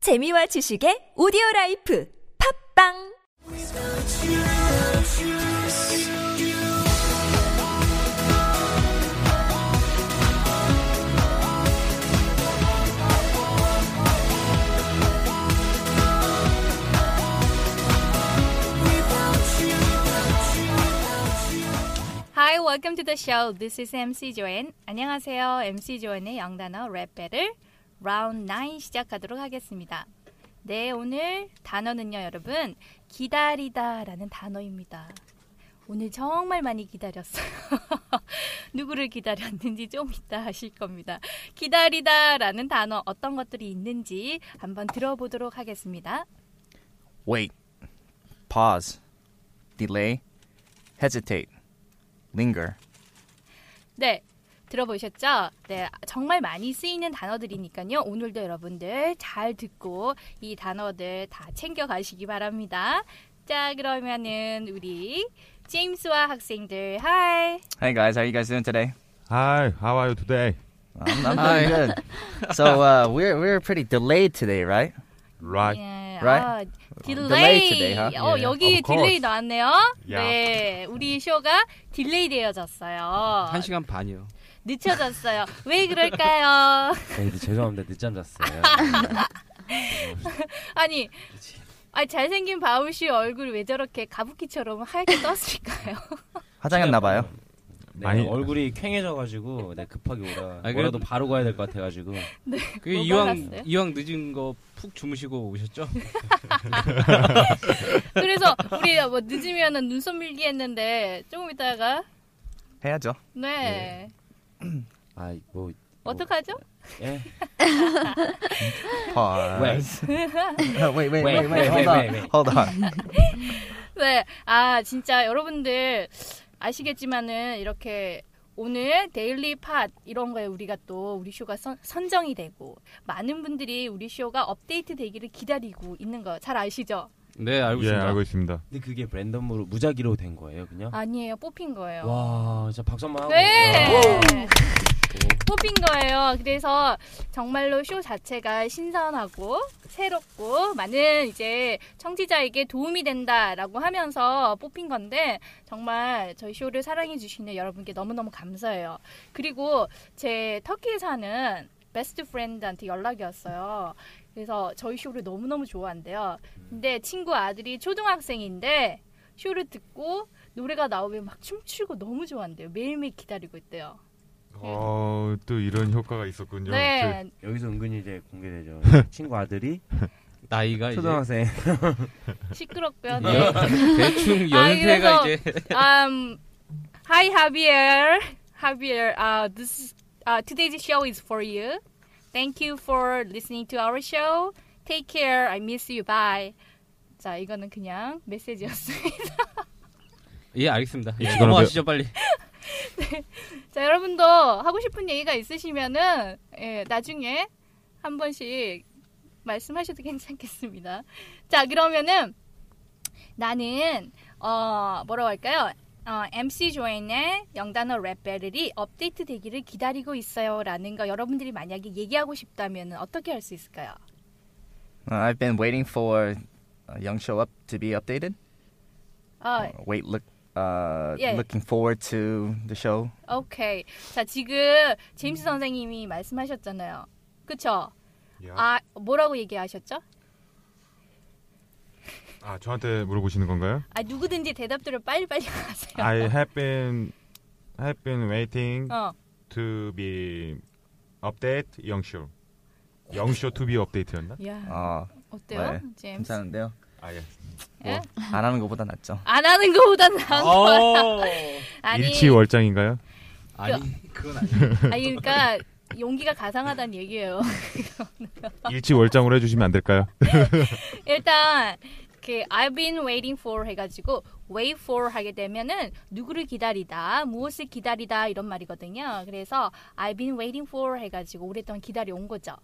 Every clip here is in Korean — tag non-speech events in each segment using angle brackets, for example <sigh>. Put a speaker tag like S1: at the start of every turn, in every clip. S1: 재미와 지식의 오디오 라이프 팝빵
S2: Hi, welcome to the show. This is MC 조엔. 안녕하세요. MC 조엔의 영단어 랩 배틀 라운드 9 시작하도록 하겠습니다. 네, 오늘 단어는요, 여러분. 기다리다라는 단어입니다. 오늘 정말 많이 기다렸어요. <laughs> 누구를 기다렸는지 좀 이따 아실 겁니다. 기다리다라는 단어 어떤 것들이 있는지 한번 들어보도록 하겠습니다.
S3: wait, pause, delay, hesitate, linger.
S2: 네. 들어보셨죠? 네, 정말 많이 쓰이는 단어들이니까요. 오늘도 여러분들 잘 듣고 이 단어들 다 챙겨 가시기 바랍니다. 자, 그러면은 우리 제임스와 학생들 하이.
S3: Hey guys, how you guys doing today?
S4: Hi, how are you today?
S3: I'm, I'm doing good. So uh, we're we're pretty delayed today, right?
S4: Right.
S2: 예,
S3: Right?
S2: 아,
S3: delay
S2: 딜레이.
S3: today, huh?
S2: 어,
S4: Yeah,
S2: 여기
S4: of course.
S2: 딜레이 나왔네요.
S4: Yeah.
S2: 네. 우리 쇼가 딜레이 되어졌어요.
S5: 한 시간 반이요.
S2: 늦춰졌어요. 왜 그럴까요? <laughs>
S6: 네, 에이, 죄송합니다. 늦잠 잤어요.
S2: 아니, 아 잘생긴 바울 씨 얼굴 왜 저렇게 가부키처럼 하얗게 떴을까요?
S3: 화장했나 봐요.
S6: 네,
S4: 많이-
S6: 얼굴이 퀭해져가지고 네, 급하게 오라.
S5: 아니,
S6: 뭐라도
S5: 그래도-
S6: 바로 가야 될 것 같아가지고.
S5: 그
S2: 뭐
S5: 이왕
S2: 골랐어요?
S5: 이왕 늦은 거 푹 주무시고 오셨죠?
S2: 그래서 우리 뭐 늦으면은 눈썹 밀기 했는데 조금 있다가
S3: 해야죠.
S2: 네
S6: 아, 뭐.
S2: 어떡하죠? <laughs>
S6: 예?
S3: <laughs> Pause. wait, wait, wait, wait,
S6: Wait, wait,
S3: Hold
S6: wait,
S3: on,
S6: wait, wait.
S3: hold <laughs> on. Uh,
S2: 네 아 진짜 여러분들 아시겠지만은 이렇게 오늘 데일리 팟 이런 거에 우리가 또 우리 쇼가 선, 선정이 되고 많은 분들이 우리 쇼가 업데이트 되기를 기다리고 있는 거 잘 아시죠?
S5: 네 알고
S4: 예,
S5: 있습니다.
S4: 알고 있습니다.
S6: 근데 그게 랜덤으로 무작위로 된 거예요, 그냥?
S2: 아니에요 뽑힌 거예요.
S6: 와, 진짜 박수 한번 하고.
S2: 네. 뽑힌 거예요. 그래서 정말로 쇼 자체가 신선하고 새롭고 많은 이제 청취자에게 도움이 된다라고 하면서 뽑힌 건데 정말 저희 쇼를 사랑해 주시는 여러분께 너무너무 감사해요. 그리고 제 터키에 사는 베스트 프렌드한테 연락이 왔어요. 그래서 저희 쇼를 너무너무 좋아한대요. 근데 친구 아들이 초등학생인데 쇼를 듣고 노래가 나오면 막 춤추고 너무 좋아한대요. 매일매일 기다리고 있대요.
S4: 어, 또 이런 효과가 있었군요.
S2: 네,
S6: 여기서 은근히 이제
S3: <laughs>
S6: 공개되죠. 친구 아들이
S5: 나이가
S6: 초등학생.
S2: 시끄럽고요.
S5: 이제
S2: 네.
S5: 여- 예, 대충
S2: 아,
S5: 연세가
S2: 그래서-
S5: 이제
S2: um, hi Javier. Javier, uh, this uh, today's show is for you. Thank you for listening to our show. Take care. I miss you. Bye. 자, 이거는 그냥 메시지였습니다.
S5: 예 알겠습니다. 예,
S4: 이거는
S5: 넘어가시죠 빨리.
S2: 자, 여러분도 하고 싶은 얘기가 있으시면은 예, 나중에 한 번씩 말씀하셔도 <laughs> 괜찮겠습니다. 자, 그러면은 나는 어 뭐라고 할까요? 어, MC 조엔의 영단어 랩 배틀이 업데이트 되기를 기다리고 있어요라는 거 여러분들이 만약에 얘기하고 싶다면 어떻게 할 수 있을까요?
S3: Uh, I've been waiting for uh, Young Show Up to be updated.
S2: 어,
S3: Wait, look. Uh,
S2: Yeah.
S3: Looking forward to the show.
S2: 오케이. 자, 지금 제임스 선생님이 말씀하셨잖아요. 그쵸?
S4: 저, 야,
S2: 아, 뭐라고 얘기하셨죠?
S4: 아, 저한테 물어보시는 건가요?
S2: 아, 누구든지 대답들을 빨리빨리 <laughs> 하세요.
S4: I have been have been waiting
S2: 아. 어.
S4: to be update 영쇼. 영쇼 to be update였나?
S2: 야,
S3: 어,
S2: 어때요?
S3: 네,
S2: 제임스?
S3: Uh, 괜찮은데요?
S4: 아, 예.
S2: 예?
S3: 안 하는 것보다 낫죠.
S2: 안 하는 거보다 나은 거
S5: 어.
S2: 아니,
S4: 일치월장인가요?
S5: 아니 그건 아니.
S2: 아니 그러니까 용기가 가상하다는 얘기예요.
S4: 일치월장으로 해 주시면 안 될까요?
S2: <laughs> 일단 그 I've been waiting for 해가지고 wait for 하게 되면은 누구를 기다리다, 무엇을 기다리다 이런 말이거든요. 그래서 I've been waiting for 해가지고 오랫동안 기다려 온 거죠.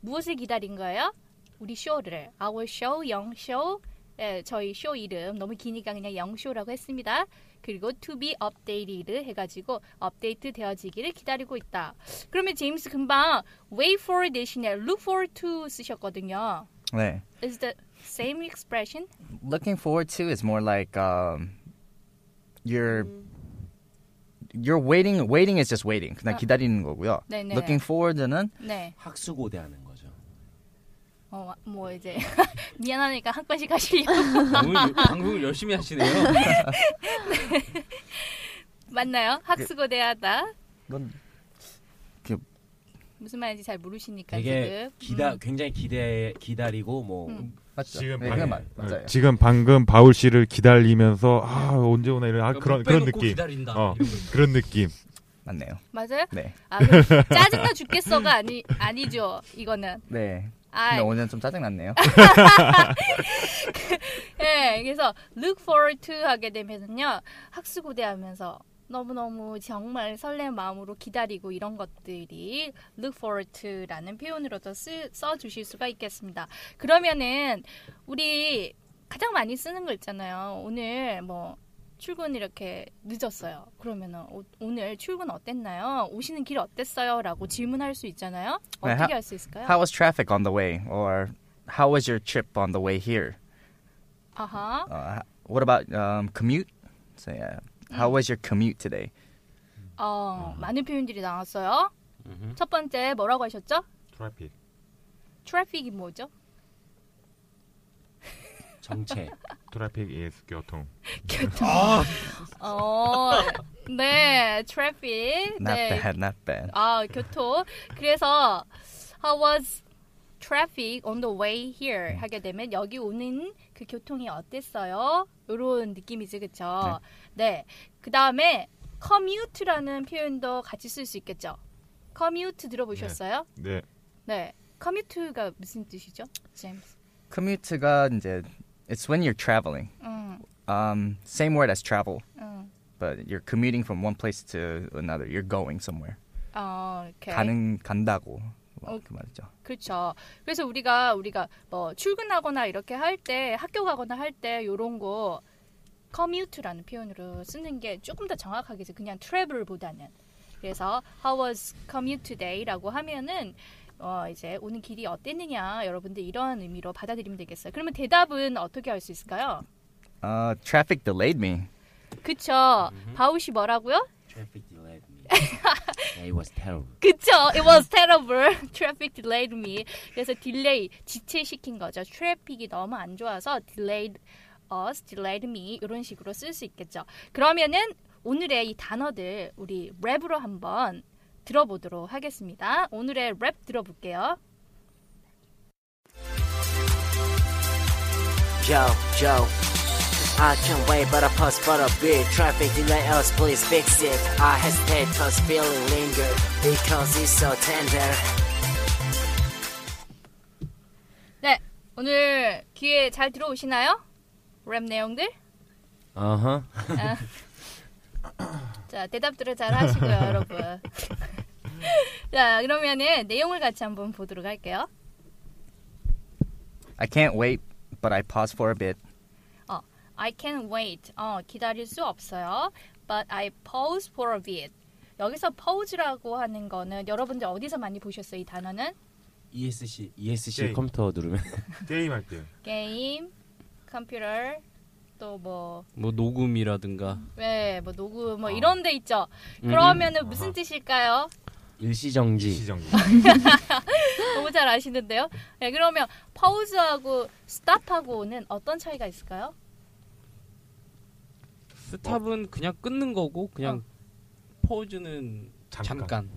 S2: 무엇을 기다린 거예요? 우리 쇼를 our show, 영 쇼. 예, 저희 쇼 이름 너무 기니까 그냥 영쇼라고 했습니다. 그리고 to be updated 해가지고 업데이트 되어지기를 기다리고 있다. 그러면 제임스 금방 wait for 대신에 look for to 쓰셨거든요.
S3: 네.
S2: Is the same expression?
S3: Looking forward to is more like um, you're you're waiting. Waiting is just waiting. 그냥
S2: 아.
S3: 기다리는 거고요.
S2: 네네.
S3: Looking forward는
S2: 네.
S6: 학수고대하는 거죠.
S2: 어, 뭐 이제 <laughs> 미안하니까 한 건씩 하시려고 <laughs>
S5: 오늘 요- 방송을 열심히 하시네요.
S2: 맞나요?
S6: 그
S2: 학수고대하다.
S3: 넌
S2: 무슨 말인지 잘 모르시니까
S6: 되게
S2: 지금.
S6: 기다
S2: 음.
S6: 굉장히 기대 기다리고 뭐
S2: 음.
S3: 맞죠?
S4: 지금
S3: 네,
S4: 방금-
S3: 그건 맞- 맞아요.
S4: 어, 지금 방금 바울 씨를 기다리면서 아 언제 오나 이런 아, 그런
S5: 못
S4: 그런
S5: 빼놓고
S4: 느낌.
S5: 기다린다.
S4: 어
S5: 이런 거.
S4: 그런 느낌.
S3: 맞네요.
S2: 맞아요?
S3: 네.
S2: 아,
S6: <laughs>
S2: 그럼 짜증나 죽겠어가 아니 아니죠. 이거는.
S3: 네.
S2: 아,
S3: 근데 오늘은 좀 짜증 났네요.
S2: 예, 그래서 look forward to 하게 되면은요 학수고대하면서 너무너무 정말 설렘 마음으로 기다리고 이런 것들이 look forward to라는 표현으로도 쓰, 써주실 수가 있겠습니다. 그러면은 우리 가장 많이 쓰는 거 있잖아요. 오늘 뭐 출근 이렇게 늦었어요. 그러면은 오, 오늘 출근 어땠나요? 오시는 길 어땠어요? 라고 질문할 수 있잖아요.
S3: 네,
S2: 어떻게
S3: 하-
S2: 할 수 있을까요?
S3: How was traffic on the way? Or how was your trip on the way here?
S2: 아하.
S3: Uh, what about um, commute? So yeah, how was your commute today?
S2: 어, 많은 표현들이 나왔어요.
S5: 음. 음흠.
S2: 첫 번째 뭐라고 하셨죠?
S4: 트래픽.
S2: 트래픽이 뭐죠? <laughs>
S6: 정체
S4: 트래픽 is 교통.
S2: 교통.
S5: <laughs>
S2: 어, 네, 트래픽.
S3: Not
S2: 네.
S3: bad, not bad.
S2: 아, 교통. 그래서 how was traffic on the way here 하게 되면 여기 오는 그 교통이 어땠어요? 요런 느낌이지, 그쵸? 네. 그 다음에 commute라는 표현도 같이 쓸 수 있겠죠? commute 들어보셨어요?
S4: 네.
S2: 네. commute가 무슨 뜻이죠? 제임스.
S3: Commute가 이제 it's when you're traveling.
S2: 음,
S3: Um, same word as travel,
S2: 음.
S3: but you're commuting from one place to another. You're going somewhere.
S2: 어, 이렇게.
S3: 가는 간다고 막
S2: 어.
S3: 그 말이죠.
S2: 그렇죠. 그래서 우리가 우리가 뭐 출근하거나 이렇게 할 때 학교 가거나 할 때 요런 거 commute라는 표현으로 쓰는 게 조금 더 정확하겠죠. 그냥 travel보다는. 그래서 how was commute today라고 하면은 어 이제 오는 길이 어땠느냐 여러분들 이런 의미로 받아들이면 되겠어요. 그러면 대답은 어떻게 할 수 있을까요?
S3: Uh, traffic delayed me.
S2: 그쵸. 바우시 뭐라고요?
S6: traffic delayed
S2: <laughs>
S6: me. It was terrible.
S2: 그쵸. It was terrible. <laughs> Traffic delayed me. 그래서 딜레이 지체시킨 거죠. 트래픽이 너무 안 좋아서 delayed us, delayed me 이런 식으로 쓸 수 있겠죠. 그러면은 오늘의 이 단어들 우리 랩으로 한번 들어보도록 하겠습니다. 오늘의 랩 들어볼게요.
S7: Yo, yo. I can't wait, but I pause for a bit. Traffic delay else, please fix it. I hesitate cause feeling linger because it's so tender.
S2: 네, 오늘 귀에 잘 들어오시나요? 랩 내용들?
S6: 아하.
S2: 자 대답들을 잘 하시고요, 여러분. <laughs> 자 그러면은 내용을 같이 한번 보도록 할게요.
S3: I can't wait, but I paused for a bit.
S2: I can't wait. 어, 기다릴 수 없어요. But I pause for a bit. 여기서 pause라고 하는 거는 여러분들 어디서 많이 보셨어요? 이 단어는
S6: ESC ESC
S4: 게임.
S6: E 컴퓨터 누르면
S4: 게임 할 때.
S2: 게임, 컴퓨터, 또뭐
S5: 뭐 녹음이라든가
S2: 네, 뭐 녹음 뭐 이런 데 있죠.
S5: 아. 음.
S2: 그러면은 무슨 뜻일까요?
S6: 일시정지.
S4: 시정지.
S2: 너무 잘 아시는데요. 네, 그러면 pause하고 stop하고는 어떤 차이가 있을까요?
S4: 어.
S5: 스탑은 그냥 끊는 거고 그냥 포즈는 잠깐.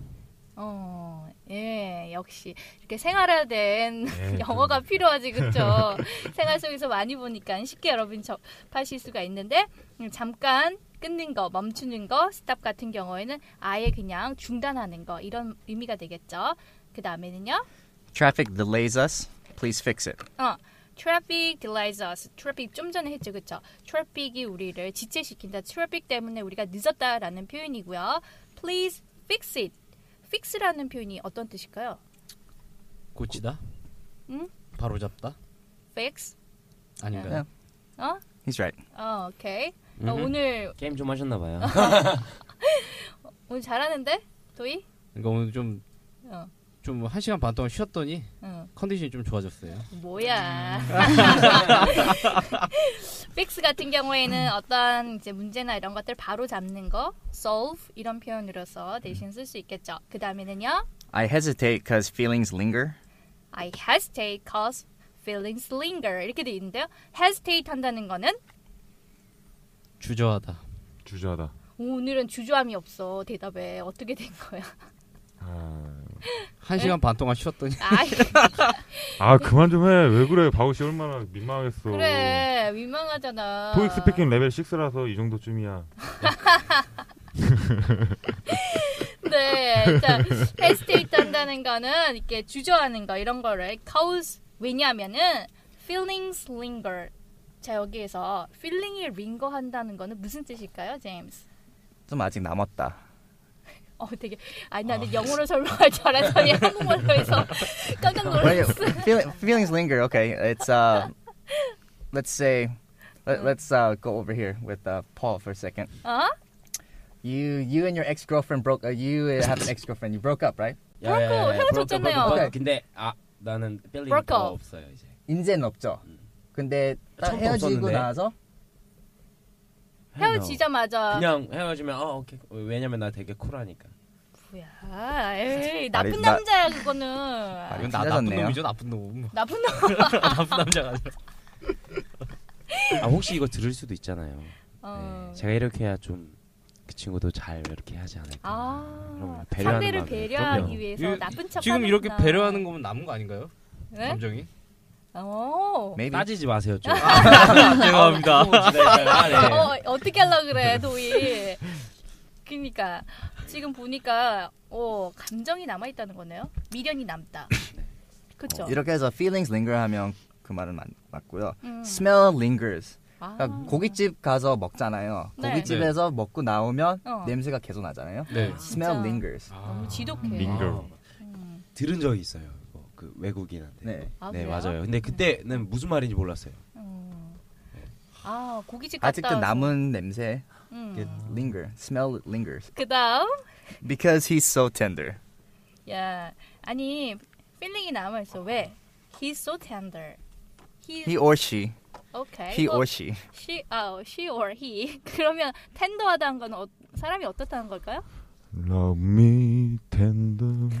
S2: 어, 예, 역시 이렇게 생활화된 <laughs>
S4: 네,
S2: 영어가 필요하지, 그쵸? <laughs> 생활 속에서 많이 보니까 쉽게 여러분 접하실 수가 있는데, 음, 잠깐 끊는 거, 멈추는 거, 스탑 같은 경우에는 아예 그냥 중단하는 거, 이런 의미가 되겠죠. 그 다음에는요,
S3: Traffic delays us. Please fix it.
S2: 어, traffic delays us. traffic 좀 전에 했죠, 그쵸? traffic이 우리를 지체시킨다. traffic 때문에 우리가 늦었다라는 표현이고요. please fix it. fix라는 표현이 어떤 뜻일까요?
S5: 고치다.
S2: 응?
S5: 바로 잡다.
S2: fix?
S5: 아닌가요?
S2: 어?
S3: He's right.
S2: 어, 오케이. 어,
S5: 음흠.
S2: 오늘
S6: 게임 좀 하셨나
S2: <laughs>
S6: 봐요.
S2: 오늘 잘하는데 도희?
S5: 그러니까 오늘 좀
S2: 어.
S5: 좀 한 시간 반 동안 쉬었더니
S2: 응.
S5: 컨디션이 좀 좋아졌어요. 음.
S2: <laughs>
S5: <laughs>
S2: 뭐야. 픽스 같은 경우에는 어떤 이제 문제나 이런 것들 바로 잡는 거, solve 이런 표현으로서 대신 쓸 수 있겠죠. 그 다음에는요,
S3: I hesitate because feelings linger.
S2: I hesitate cause feelings linger 이렇게도 있는데요. hesitate 한다는 거는
S5: 주저하다.
S4: 주저하다.
S2: 오늘은 주저함이 없어 대답에 어떻게 된
S5: <laughs>
S2: 거야?
S4: 아,
S2: 네?
S5: 한 시간 반 동안 쉬었더니
S2: 아이
S4: 아 그만 좀 해. 왜 그래? 바우 씨 얼마나 민망했어.
S2: 그래 민망하잖아.
S4: 토익 스피킹 레벨 6라서 이 정도쯤이야.
S2: 네, 일단 hesitate 한다는 거는 이렇게 주저하는 거 이런 거를 cause 왜냐하면은 feelings linger. 자 여기에서 feeling이 linger 한다는 거는 무슨 뜻일까요, 제임스?
S3: 좀 아직 남았다.
S2: 어 되게 아니 나는 영어로 설명할
S6: <laughs>
S2: 줄 알았더니 한국말로 해서 깜짝
S3: Wait,
S2: 놀랐어.
S3: feel, feelings linger. Okay, it's uh, let's say, let, let's uh, go over here with uh, Paul for a second.
S2: 어?
S3: You, you and your ex girlfriend broke. Uh, you have an ex girlfriend. You broke up, right?
S2: 브로커, 헤어졌잖아요.
S3: 오케이.
S6: 근데 아 나는 빌링
S2: 브로커.
S6: 더 없어요 이제.
S3: 인제는 없죠. 근데 딱
S6: 처음부터
S3: 헤어지고
S6: 없었는데.
S3: 나서
S2: 헤어지자마자
S6: 그냥 헤어지면 어 오케이 왜냐면 나 되게 쿨하니까.
S2: 뭐야? 아, 에이, 나쁜
S3: 말이- 나-
S2: 남자야 그거는.
S3: 말이-
S5: 아, 이건 나 나쁜
S3: 찢어졌네요.
S5: 놈이죠 나쁜 놈.
S6: 네.
S2: 나쁜 남.
S5: <laughs> 나쁜 남자가 아니라.
S6: 아 혹시 이거 들을 수도 있잖아요.
S2: 어.
S6: 네, 제가 이렇게 해야 좀 그 친구도 잘 이렇게 하지 않을까.
S2: 아
S6: 그럼 배려하는
S2: 상대를
S6: 마음이
S2: 배려하기
S6: 그럼요.
S2: 위해서
S5: 이거-
S2: 나쁜 척
S5: 지금
S2: 하는구나.
S5: 이렇게 배려하는 거면 남은 거 아닌가요?
S2: 네?
S5: 감정이?
S2: 어.
S3: maybe.
S6: 따지지 마세요
S2: <laughs>
S6: 좀. <laughs>
S5: 죄송합니다.
S6: 네, 아, 네.
S2: 뭐, 어, 어떻게 하려 그래, 도희. 그니까 지금 보니까 어, 감정이 남아 있다는 거네요. 미련이 남다. 그렇죠.
S3: 이렇게 해서 feelings linger 하면 그 말은 맞, 맞고요.
S2: 음.
S3: Smell lingers.
S2: 아.
S3: 그러니까 고깃집 가서 먹잖아요.
S2: 네.
S3: 고깃집에서 먹고 나오면
S2: 어.
S3: 냄새가 계속 나잖아요.
S5: 네.
S3: Smell
S2: 진짜.
S3: lingers.
S2: 너무 지독해.
S6: 어.
S4: 링거.
S6: 들은 적이 있어요. 이거. 그 외국인한테.
S3: 네.
S2: 음. 아,
S6: 네
S2: 그래요?
S6: 맞아요. 근데 그때는 무슨 말인지 몰랐어요.
S2: 음. 아 고깃집 갔다
S3: 아직도
S2: 와서.
S3: 남은 냄새
S2: 음.
S3: linger. Smell lingers.
S2: 그다음
S3: Because he's so tender.
S2: 야 아니 필링이 남아 있어 왜? He's so tender. He,
S3: He or she.
S2: okay.
S3: He
S2: 어,
S3: or she.
S2: she 아 she or he <laughs> 그러면 텐더하다는 건 어, 사람이 어떻다는 걸까요?
S4: Love me tender.
S5: <laughs>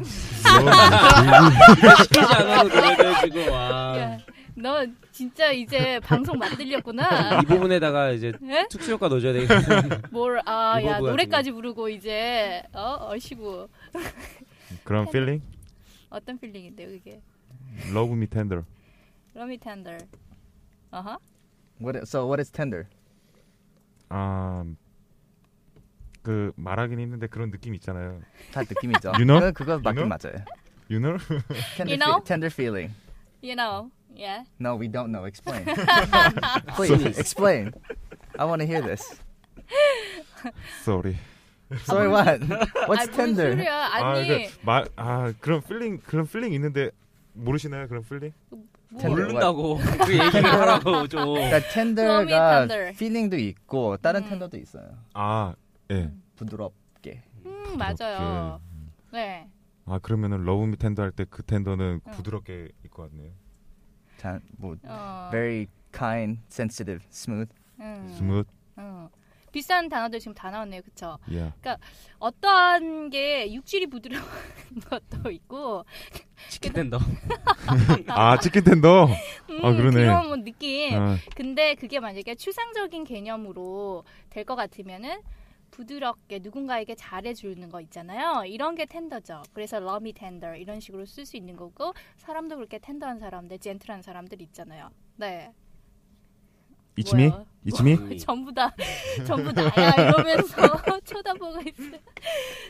S5: 시키지 않아도 노래를
S3: 아.
S5: 지금 와.
S2: 야, 너 진짜 이제 방송 만들렸구나.
S3: <laughs>
S6: 이 부분에다가 이제
S2: 예?
S6: 특수 효과 넣어줘야 되겠다.
S2: 뭘, 아, 야,
S6: 이거구나,
S2: 노래까지 부르고 이제, 어, 얼씨구.
S4: 그럼 feeling?
S2: 어떤 필링인데요, 그게?
S4: Love me tender.
S2: 러미 텐더. 어허.
S3: What is, so what is tender?
S4: 아그 그 말하긴 힘든데 그런 느낌 있잖아요.
S3: 다 느낌이죠.
S4: You know?
S3: 그거- 그거 맞긴
S4: You know?
S3: 맞아요.
S4: You know? <laughs>
S3: Tender,
S2: You know?
S3: fe- tender feeling.
S2: You know, yeah.
S3: No, we don't know.
S2: <laughs>
S3: Explain. Please explain. I want to
S2: <laughs>
S3: hear this.
S4: Sorry.
S3: Sorry, what?
S2: 아,
S3: What's
S2: 무슨
S3: tender?
S2: 소리야. 아니,
S4: 아그말아 그런 feeling 그런 feeling 있는데 모르시나요 그런 feeling?
S2: 뭐,
S3: 텐더.
S5: <laughs> 모른다고 그 얘기를 하라고 좀.
S3: 그러니까
S2: Throw
S3: tender가
S2: me tender.
S3: feeling도 있고 다른 tender도 있어요.
S4: 아 예.
S3: 부드럽게.
S2: 음, 맞아요. 네.
S4: 아 그러면은 Love me tender 할 때 그 tender는
S2: 어.
S4: 부드럽게 일것 같네요.
S3: 자, 뭐
S2: 어.
S3: very kind, sensitive, smooth.
S2: 음,
S4: Smooth.
S2: 음. 비싼 단어들 지금 다 나왔네요, 그쵸?
S4: Yeah.
S2: 어떠한 게 육질이 부드러운 <laughs> 것도 있고,
S5: 치킨 텐더.
S4: 아 치킨 텐더.
S2: 음,
S4: 아, 그러네.
S2: 그런 뭐 느낌.
S4: 아,
S2: 근데 그게 만약에 추상적인 개념으로 될 것 같으면은 부드럽게 누군가에게 잘해주는 거 있잖아요. 이런 게 텐더죠. 그래서 러미 텐더 이런 식으로 쓸 수 있는 거고 사람도 그렇게 텐더한 사람들, 젠틀한 사람들 있잖아요. 네.
S4: 이치미?
S2: 뭐야? <laughs>
S4: 이치미?
S2: 전부 다 전부 다야 이러면서 <laughs> 쳐다보고 있어요.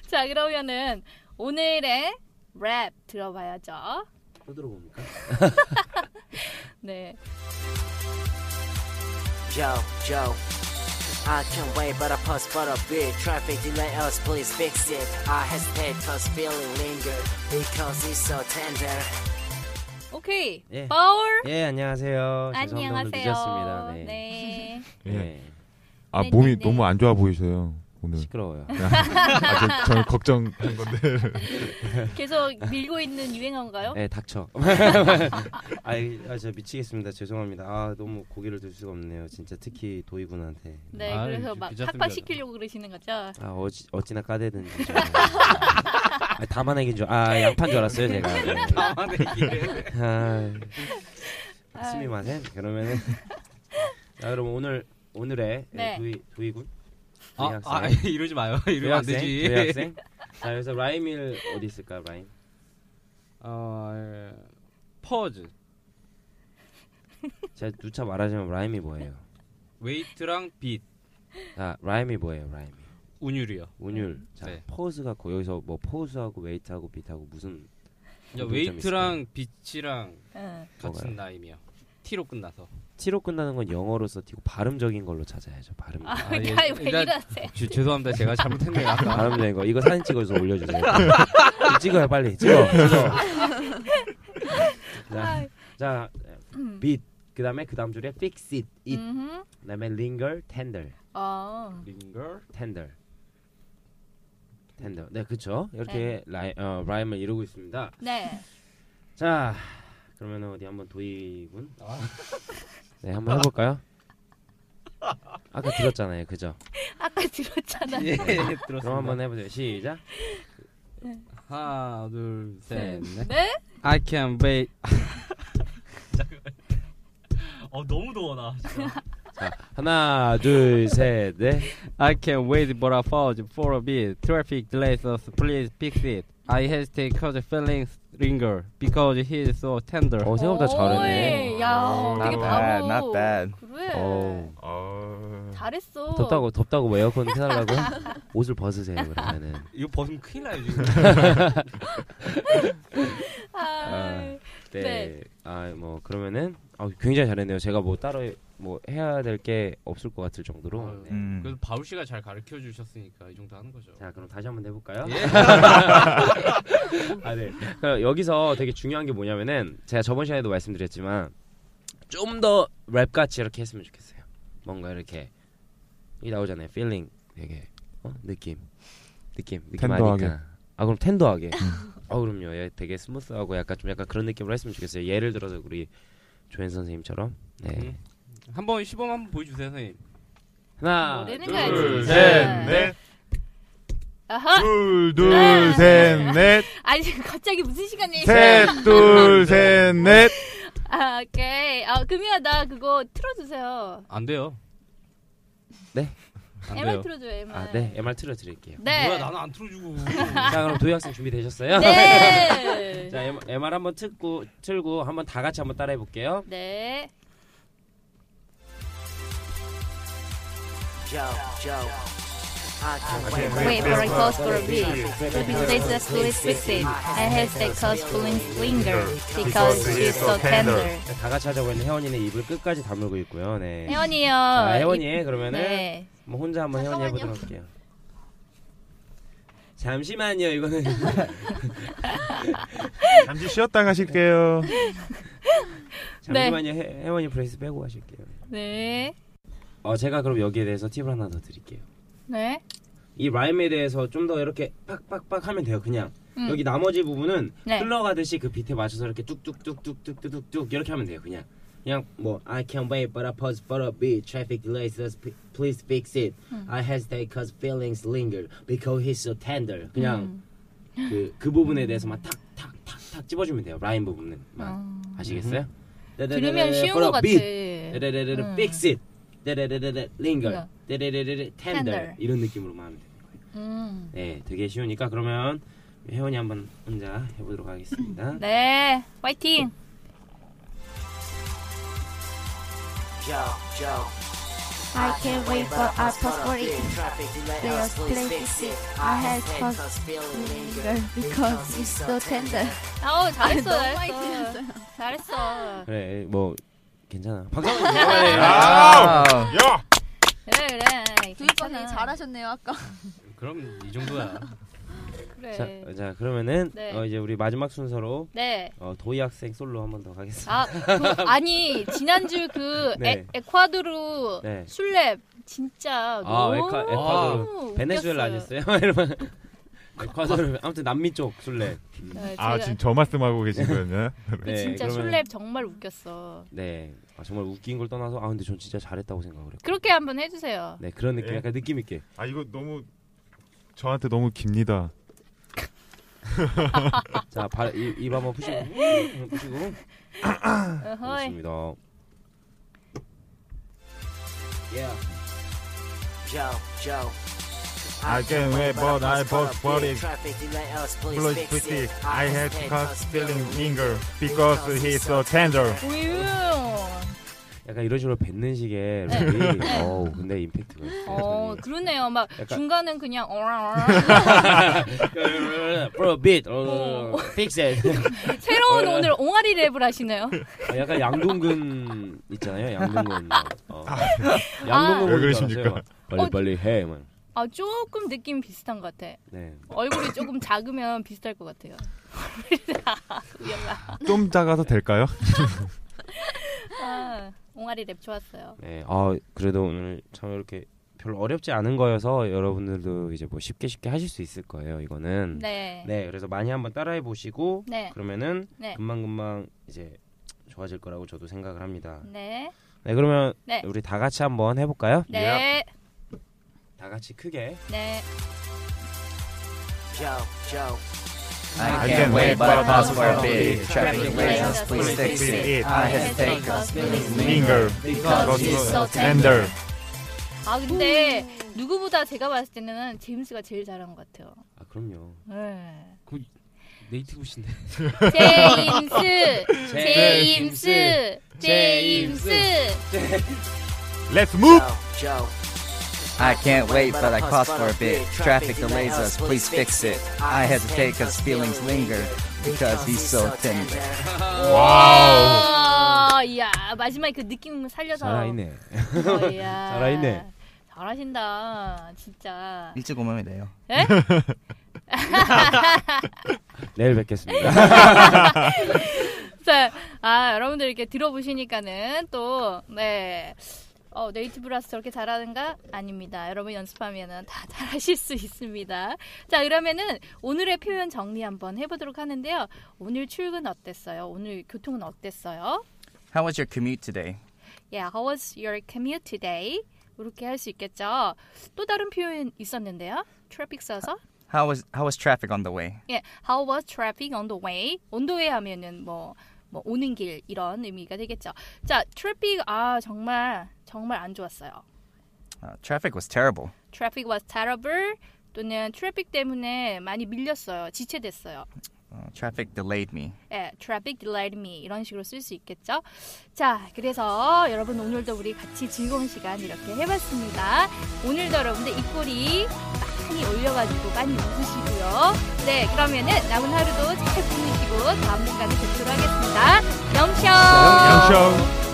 S2: 자 그러면은 오늘의 랩 들어봐야죠.
S6: 또 들어봅니까?
S2: <laughs> 네.
S7: Yo, yo. I can't wait, but I pause for a bit. Traffic delay else, please fix it. I hesitate, cause feeling linger. Because he's so tender.
S2: 오케이.
S6: 예.
S2: 바울.
S6: 예 안녕하세요. 죄송합니다. 오늘
S2: 안녕하세요.
S6: 늦었습니다. 네.
S2: 네.
S4: 예.
S6: 네.
S4: 아
S2: 네,
S4: 몸이
S2: 네, 네.
S4: 너무 안 좋아 보이세요. 오늘
S5: 시끄러워요.
S4: 아, 저, 저는 걱정한 건데 <laughs>
S2: 네. 계속 밀고 있는 유행어인가요?
S5: 네, 닥쳐. 아이, 아, 저 미치겠습니다. 죄송합니다. 아, 너무 고개를 들 수가 없네요. 진짜 특히 도희군한테.
S2: 네,
S8: 아이,
S2: 그래서
S8: 비-
S2: 막
S8: 비자
S2: 팍팍
S8: 뜸이잖아.
S2: 시키려고 그러시는 거죠.
S5: 아, 어찌, 어찌나 까대든지. <laughs> 좀. 아, 담아내긴 줄. 아, 양파인 줄 알았어요, <laughs> 제가. 네. 아, 스미 아, 마센. 그러면은. 자, 그럼 오늘 오늘의
S2: 네.
S5: 도희 도희군.
S6: 그
S5: 도희
S8: 아,
S5: 학생. <laughs>
S8: 아 이러지 마요. 이러면 안
S5: 도희 학생,
S8: 되지.
S5: 도희 <laughs> 학생. 자, 여기서 라임일 어디 있을까, 라임?
S8: 어, 예. 퍼즈,
S5: 제가 누차 말하자면 라임이 뭐예요?
S8: 웨이트랑 빛,
S5: 자, 라임이 뭐예요, 라임이?
S8: 운율이요.
S5: 운율. 자,
S8: 네.
S5: 포즈 갖고 여기서 뭐 포즈하고 웨이트하고 빛하고 무슨
S8: 야,
S5: 공통점이
S8: 웨이트랑 빛이랑
S2: 응.
S8: 같은 라임이요. T로 끝나서.
S5: T로 끝나는 건 영어로 써티고 발음적인 걸로 찾아야죠. 발음.
S2: 아,
S8: 아, 예.
S2: 왜
S8: 일단-
S2: 이러세요?
S8: 주- 죄송합니다. 제가 <laughs> 잘못했네요. 아까.
S5: 발음적인 거. 이거 사진 찍어서 올려주세요. 이거 찍어요, 빨리. 찍어. 찍어. 자, 자, 빛. 그다음에 그다음 줄에 fix it, it.
S2: 음흠.
S5: 그다음에 linger, tender,
S2: 어.
S8: 링걸.
S5: tender. tender. 네, 그렇죠. 이렇게 라이, 어, 라임을 이루고 있습니다.
S2: 네.
S5: 자, 그러면 어디 한번 도희군?
S8: 아. <laughs>
S5: 네, 한번 해볼까요? 아까 들었잖아요, 그죠?
S2: 아까 들었잖아.
S8: 예, 들었습니다.
S5: 그럼 한번 해보세요. 시작.
S8: 하나, 둘, 셋, 넷.
S2: 네?
S8: I can <laughs> wait.
S5: 어, 너무 더워 나. 자, 하나, 둘, 셋, 넷.
S8: I can wait but I pause for a bit. Traffic delays us. Please fix it. I hesitate because feelings linger because he is so tender.
S5: 어, 생각보다 잘하네.
S2: 오이, 야,
S4: 오,
S2: 되게
S4: not
S2: 바보.
S3: bad, 아, not bad.
S2: 그래.
S5: 어,
S4: 어...
S2: 잘했어.
S5: 덥다고 덥다고 뭐 에어컨 켜달라고? 옷을 벗으세요 그러면은.
S8: 이거 벗으면 큰일 나요 지금.
S2: 아,
S5: 네.
S2: 네.
S5: 아, 뭐 그러면은 아, 굉장히 잘했네요. 제가 뭐 따로 뭐 해야 될 게 없을 것 같을 정도로.
S8: 아유.
S5: 네.
S3: 음.
S8: 그래도 바울 씨가 잘 가르쳐 주셨으니까 이 정도 하는 거죠.
S5: 자, 그럼 다시 한번 해볼까요?
S8: 예.
S5: 아, 네. <laughs> 그러니까 여기서 되게 중요한 게 뭐냐면은 제가 저번 시간에도 말씀드렸지만 좀 더 랩같이 이렇게 했으면 좋겠어요. 뭔가 이렇게 이 나오잖아요. feeling 되게 어? 느낌 느낌 느낌
S4: 텐더하게. 음.
S5: 아니까. 아 그럼 텐더하게. 아 그럼요. 얘 되게 스무스하고 약간 좀 약간 그런 느낌으로 했으면 좋겠어요. 예를 들어서 우리 조현 선생님처럼. 네.
S8: 음. 한번 시범 한번 보여주세요 선생님.
S5: 하나.
S2: 뭐라는
S5: 둘,
S2: 거야,
S5: 셋.
S2: 진짜.
S4: 네.
S2: 아하.
S4: 둘둘셋넷셋둘셋넷
S2: 아니 갑자기 무슨 시간이? 아, 오케이. 아, 금이야 나 그거 틀어주세요.
S8: 안 돼요.
S5: 네?
S8: 안
S2: MR
S8: 돼요.
S2: 틀어줘요. MR.
S5: 아, 네. MR 틀어 드릴게요.
S2: 네.
S8: 뭐야 나는 안 <laughs> 틀어주고.
S5: 자, 그럼 도희 학생 준비
S8: <laughs>
S5: 되셨어요?
S2: 네.
S5: <laughs> 자, M- MR 한번 틀고 틀고 한번 다 같이 한번 따라해 볼게요.
S2: 네.
S7: Yo, yo. I can't wait.
S2: Wait for it goes for a bit. Traffic delays us please fix it. I hesitate cause feelings linger because she's so tender.
S5: 자, 다 같이 하자고 했는데 혜원이는 입을 끝까지 다물고 있고요. 네.
S2: 혜원이요. 어,
S5: 자, 혜원이 그러면은
S2: 네.
S5: 뭐 혼자 한번 혜원이 해보도록 할게요. 잠시만요.
S2: <laughs>
S5: 이거는
S2: 네.
S4: 잠시 쉬었다 가실게요
S5: 잠시만요. 혜- 혜원이 브레이스 빼고 하실게요.
S2: 네.
S5: 어, 제가 그럼 여기에 대해서 팁을 하나 더 드릴게요.
S2: 네.
S5: 이 라임에 대해서 좀 더 이렇게 빡빡빡 하면 돼요. 그냥
S2: 음.
S5: 여기 나머지 부분은
S2: 네.
S5: 흘러가듯이 그 비트에 맞춰서 이렇게 뚝뚝뚝뚝뚝뚝뚝 이렇게 하면 돼요. 그냥 그냥 뭐 I can't wait but I pause for a bit traffic delays us p- please fix it
S2: 음.
S5: I hesitate cause feelings linger because he's so tender 그냥
S2: 음.
S5: 그 그 부분에 대해서만 탁 탁 탁 탁 찝어주면 돼요 라인 부분은 만 아시겠어요?
S2: 음. 들으면 쉬운
S5: 네, For a
S2: 것 같아. 음.
S5: bit. 데레레레레 fix it 데레레레레 linger
S2: 그러니까.
S5: 데레레레레 tender
S2: Tender.
S5: 이런 느낌으로만 하면 돼요.
S2: 음.
S5: 네, 되게 쉬우니까 그러면 우리 혜원이 한번 혼자 해보도록 하겠습니다.
S2: 네. 화이팅.
S7: Yo, yo.
S9: I can't wait for our prosperity.
S7: Traffic delay
S9: Players
S7: us, please
S9: play
S7: fix it.
S9: fix it.
S7: I
S9: I
S7: have
S9: hate
S7: cause
S9: cause
S7: feeling linger
S9: linger because it's so tender.
S2: 어, 잘했어.
S9: 너무 많이
S2: 잘했어. 잘했어.
S5: 그래, 뭐 괜찮아. 박수.
S2: <laughs>
S3: Wow.
S4: 야
S2: 그래 그래.
S9: 교육반이
S2: 괜찮아.
S9: 잘하셨네요 아까.
S8: 그럼 이 정도야.
S2: 그래.
S5: 자, 자, 그러면은
S2: 네.
S5: 어, 이제 우리 마지막 순서로
S2: 네.
S5: 어, 도희 학생 솔로 한 번 더 가겠습니다.
S2: 아, 그, 아니 지난주 그
S5: 네.
S2: 에, 에콰도르
S5: 네.
S2: 술랩 진짜
S5: 아,
S2: 너무
S5: 에콰- 에콰도르.
S2: 웃겼어요.
S5: 베네수엘라 아니었어요? <laughs> 이러면 과도를 아무튼 남미 쪽 술래. 음.
S2: 네, 제가,
S4: 아 지금 저 말씀하고 계신 <laughs> 거였냐?
S2: 근데 진짜
S5: 네, 그러면-
S2: 술랩 정말 웃겼어.
S5: 네, 아, 정말 웃긴 걸 떠나서 아 근데 전 진짜 잘했다고 생각을 해요.
S2: 그렇게 한번 해주세요.
S5: 네, 그런 느낌,
S4: 네.
S5: 약간 느낌 있게.
S4: 아 이거 너무 저한테 너무 깁니다.
S5: 자, 발, 입, 입 한번 푸시고,
S2: 네.
S5: 음, 푸시고.
S2: 어허이.
S5: 네, 그렇습니다.
S7: Yeah. Joe, Joe.
S4: I can't wait, but I both for it.
S7: Traffic delay us, please
S4: Plus
S7: fix
S4: pretty,
S7: it.
S4: I had to cut feeling linger because he's so tender.
S2: 우유.
S5: 약간 이런 식으로 뱉는 식의 랩이, 어우, 근데 임팩트가
S2: 어
S5: 있어요.
S2: 그러네요. 막
S5: 네, 약간-
S2: 중간은 그냥
S5: <laughs>
S2: 어라
S5: For a bit,
S2: 어.
S5: fix it.
S2: 어라. 새로운
S5: 예.
S2: 오늘 옹알이 랩을 하시네요.
S5: <laughs> 아, 약간 양동근 있잖아요, 양동근. 어.
S2: 아.
S5: 양동근
S4: 왜 그러십니까?
S5: 빨리
S2: 어,
S5: 빨리 해, 막.
S2: 아 조금 느낌 비슷한 것 같아.
S5: 네.
S2: 얼굴이 조금 작으면 비슷할 것 같아요.
S4: 좀 작아서 될까요?
S2: 아, 옹알이 랩 좋았어요.
S5: 네, 아 그래도 오늘 참 이렇게 별로 어렵지 않은 거여서 여러분들도 이제 뭐 쉽게 쉽게 하실 수 있을 거예요. 이거는
S2: 네.
S5: 네, 그래서 많이 한번 따라해 보시고
S2: 네.
S5: 그러면은
S2: 네.
S5: 금방 금방 이제 좋아질 거라고 저도 생각을 합니다.
S2: 네.
S5: 네, 그러면
S2: 네.
S5: 우리 다 같이 한번 해볼까요? 예.
S2: 네.
S5: 다 같이 크게.
S2: 네.
S7: Joe, Joe.
S3: I
S7: can't wait, but I pass for a
S3: bit.
S7: Traffic
S2: delays us, please
S3: fix
S4: it.
S7: I have
S2: 네,
S7: taken us feeling linger
S4: because
S7: because
S4: he's
S7: he's
S4: so
S7: so
S4: tender.
S2: 아 근데 누구보다 제가 봤을 때는 제임스가 제일 잘한 것 같아요.
S5: 아 그럼요.
S2: 네.
S6: 네이티브신데.
S2: 제임스.
S5: 제임스.
S2: 제임스. 제임스.
S4: Let's move.
S7: Joe.
S3: I can't wait, but I crossed for a bit. Traffic delays us, please fix it. I had to take us, feelings linger because he's so tender.
S2: 와우. 아, 이야 마지막에 그 느낌 살려서.
S5: 살아있네.
S2: 어,
S5: <laughs>
S2: 이야.
S5: 살아있네.
S2: 잘하신다 진짜.
S3: 일찍 오면 돼요.
S2: 예?
S5: 내일 뵙겠습니다.
S2: 자, 아 여러분들 이렇게 들어보시니까는 또네 어, 네이티브라서 저렇게 잘하는가? 아닙니다. 여러분 연습하면은 다 잘하실 수 있습니다. 자 그러면은 오늘의 표현 정리 한번 해보도록 하는데요. 오늘 출근 어땠어요? 오늘 교통은 어땠어요?
S3: How was your commute today?
S2: Yeah, how was your commute today? 이렇게 할 수 있겠죠. 또 다른 표현 있었는데요. 트래픽 써서
S3: How was how was traffic on the way?
S2: 예, how was traffic on the way? on the way 하면은 뭐, 뭐 오는 길 이런 의미가 되겠죠. 자, traffic 아 정말 정말 안 좋았어요.
S3: Uh, traffic was terrible.
S2: traffic was terrible 또는 traffic 때문에 많이 밀렸어요. 지체됐어요.
S3: Uh, traffic delayed me.
S2: 예, traffic delayed me 이런 식으로 쓸 수 있겠죠. 자, 그래서 여러분 오늘도 우리 같이 즐거운 시간 이렇게 해봤습니다. 오늘도 여러분들 입꼬리 많이 올려가지고 많이 웃으시고요. 네, 그러면은 남은 하루도 잘 보내시고 다음 시간에 뵙도록 하겠습니다. 영쇼.
S4: 영쇼.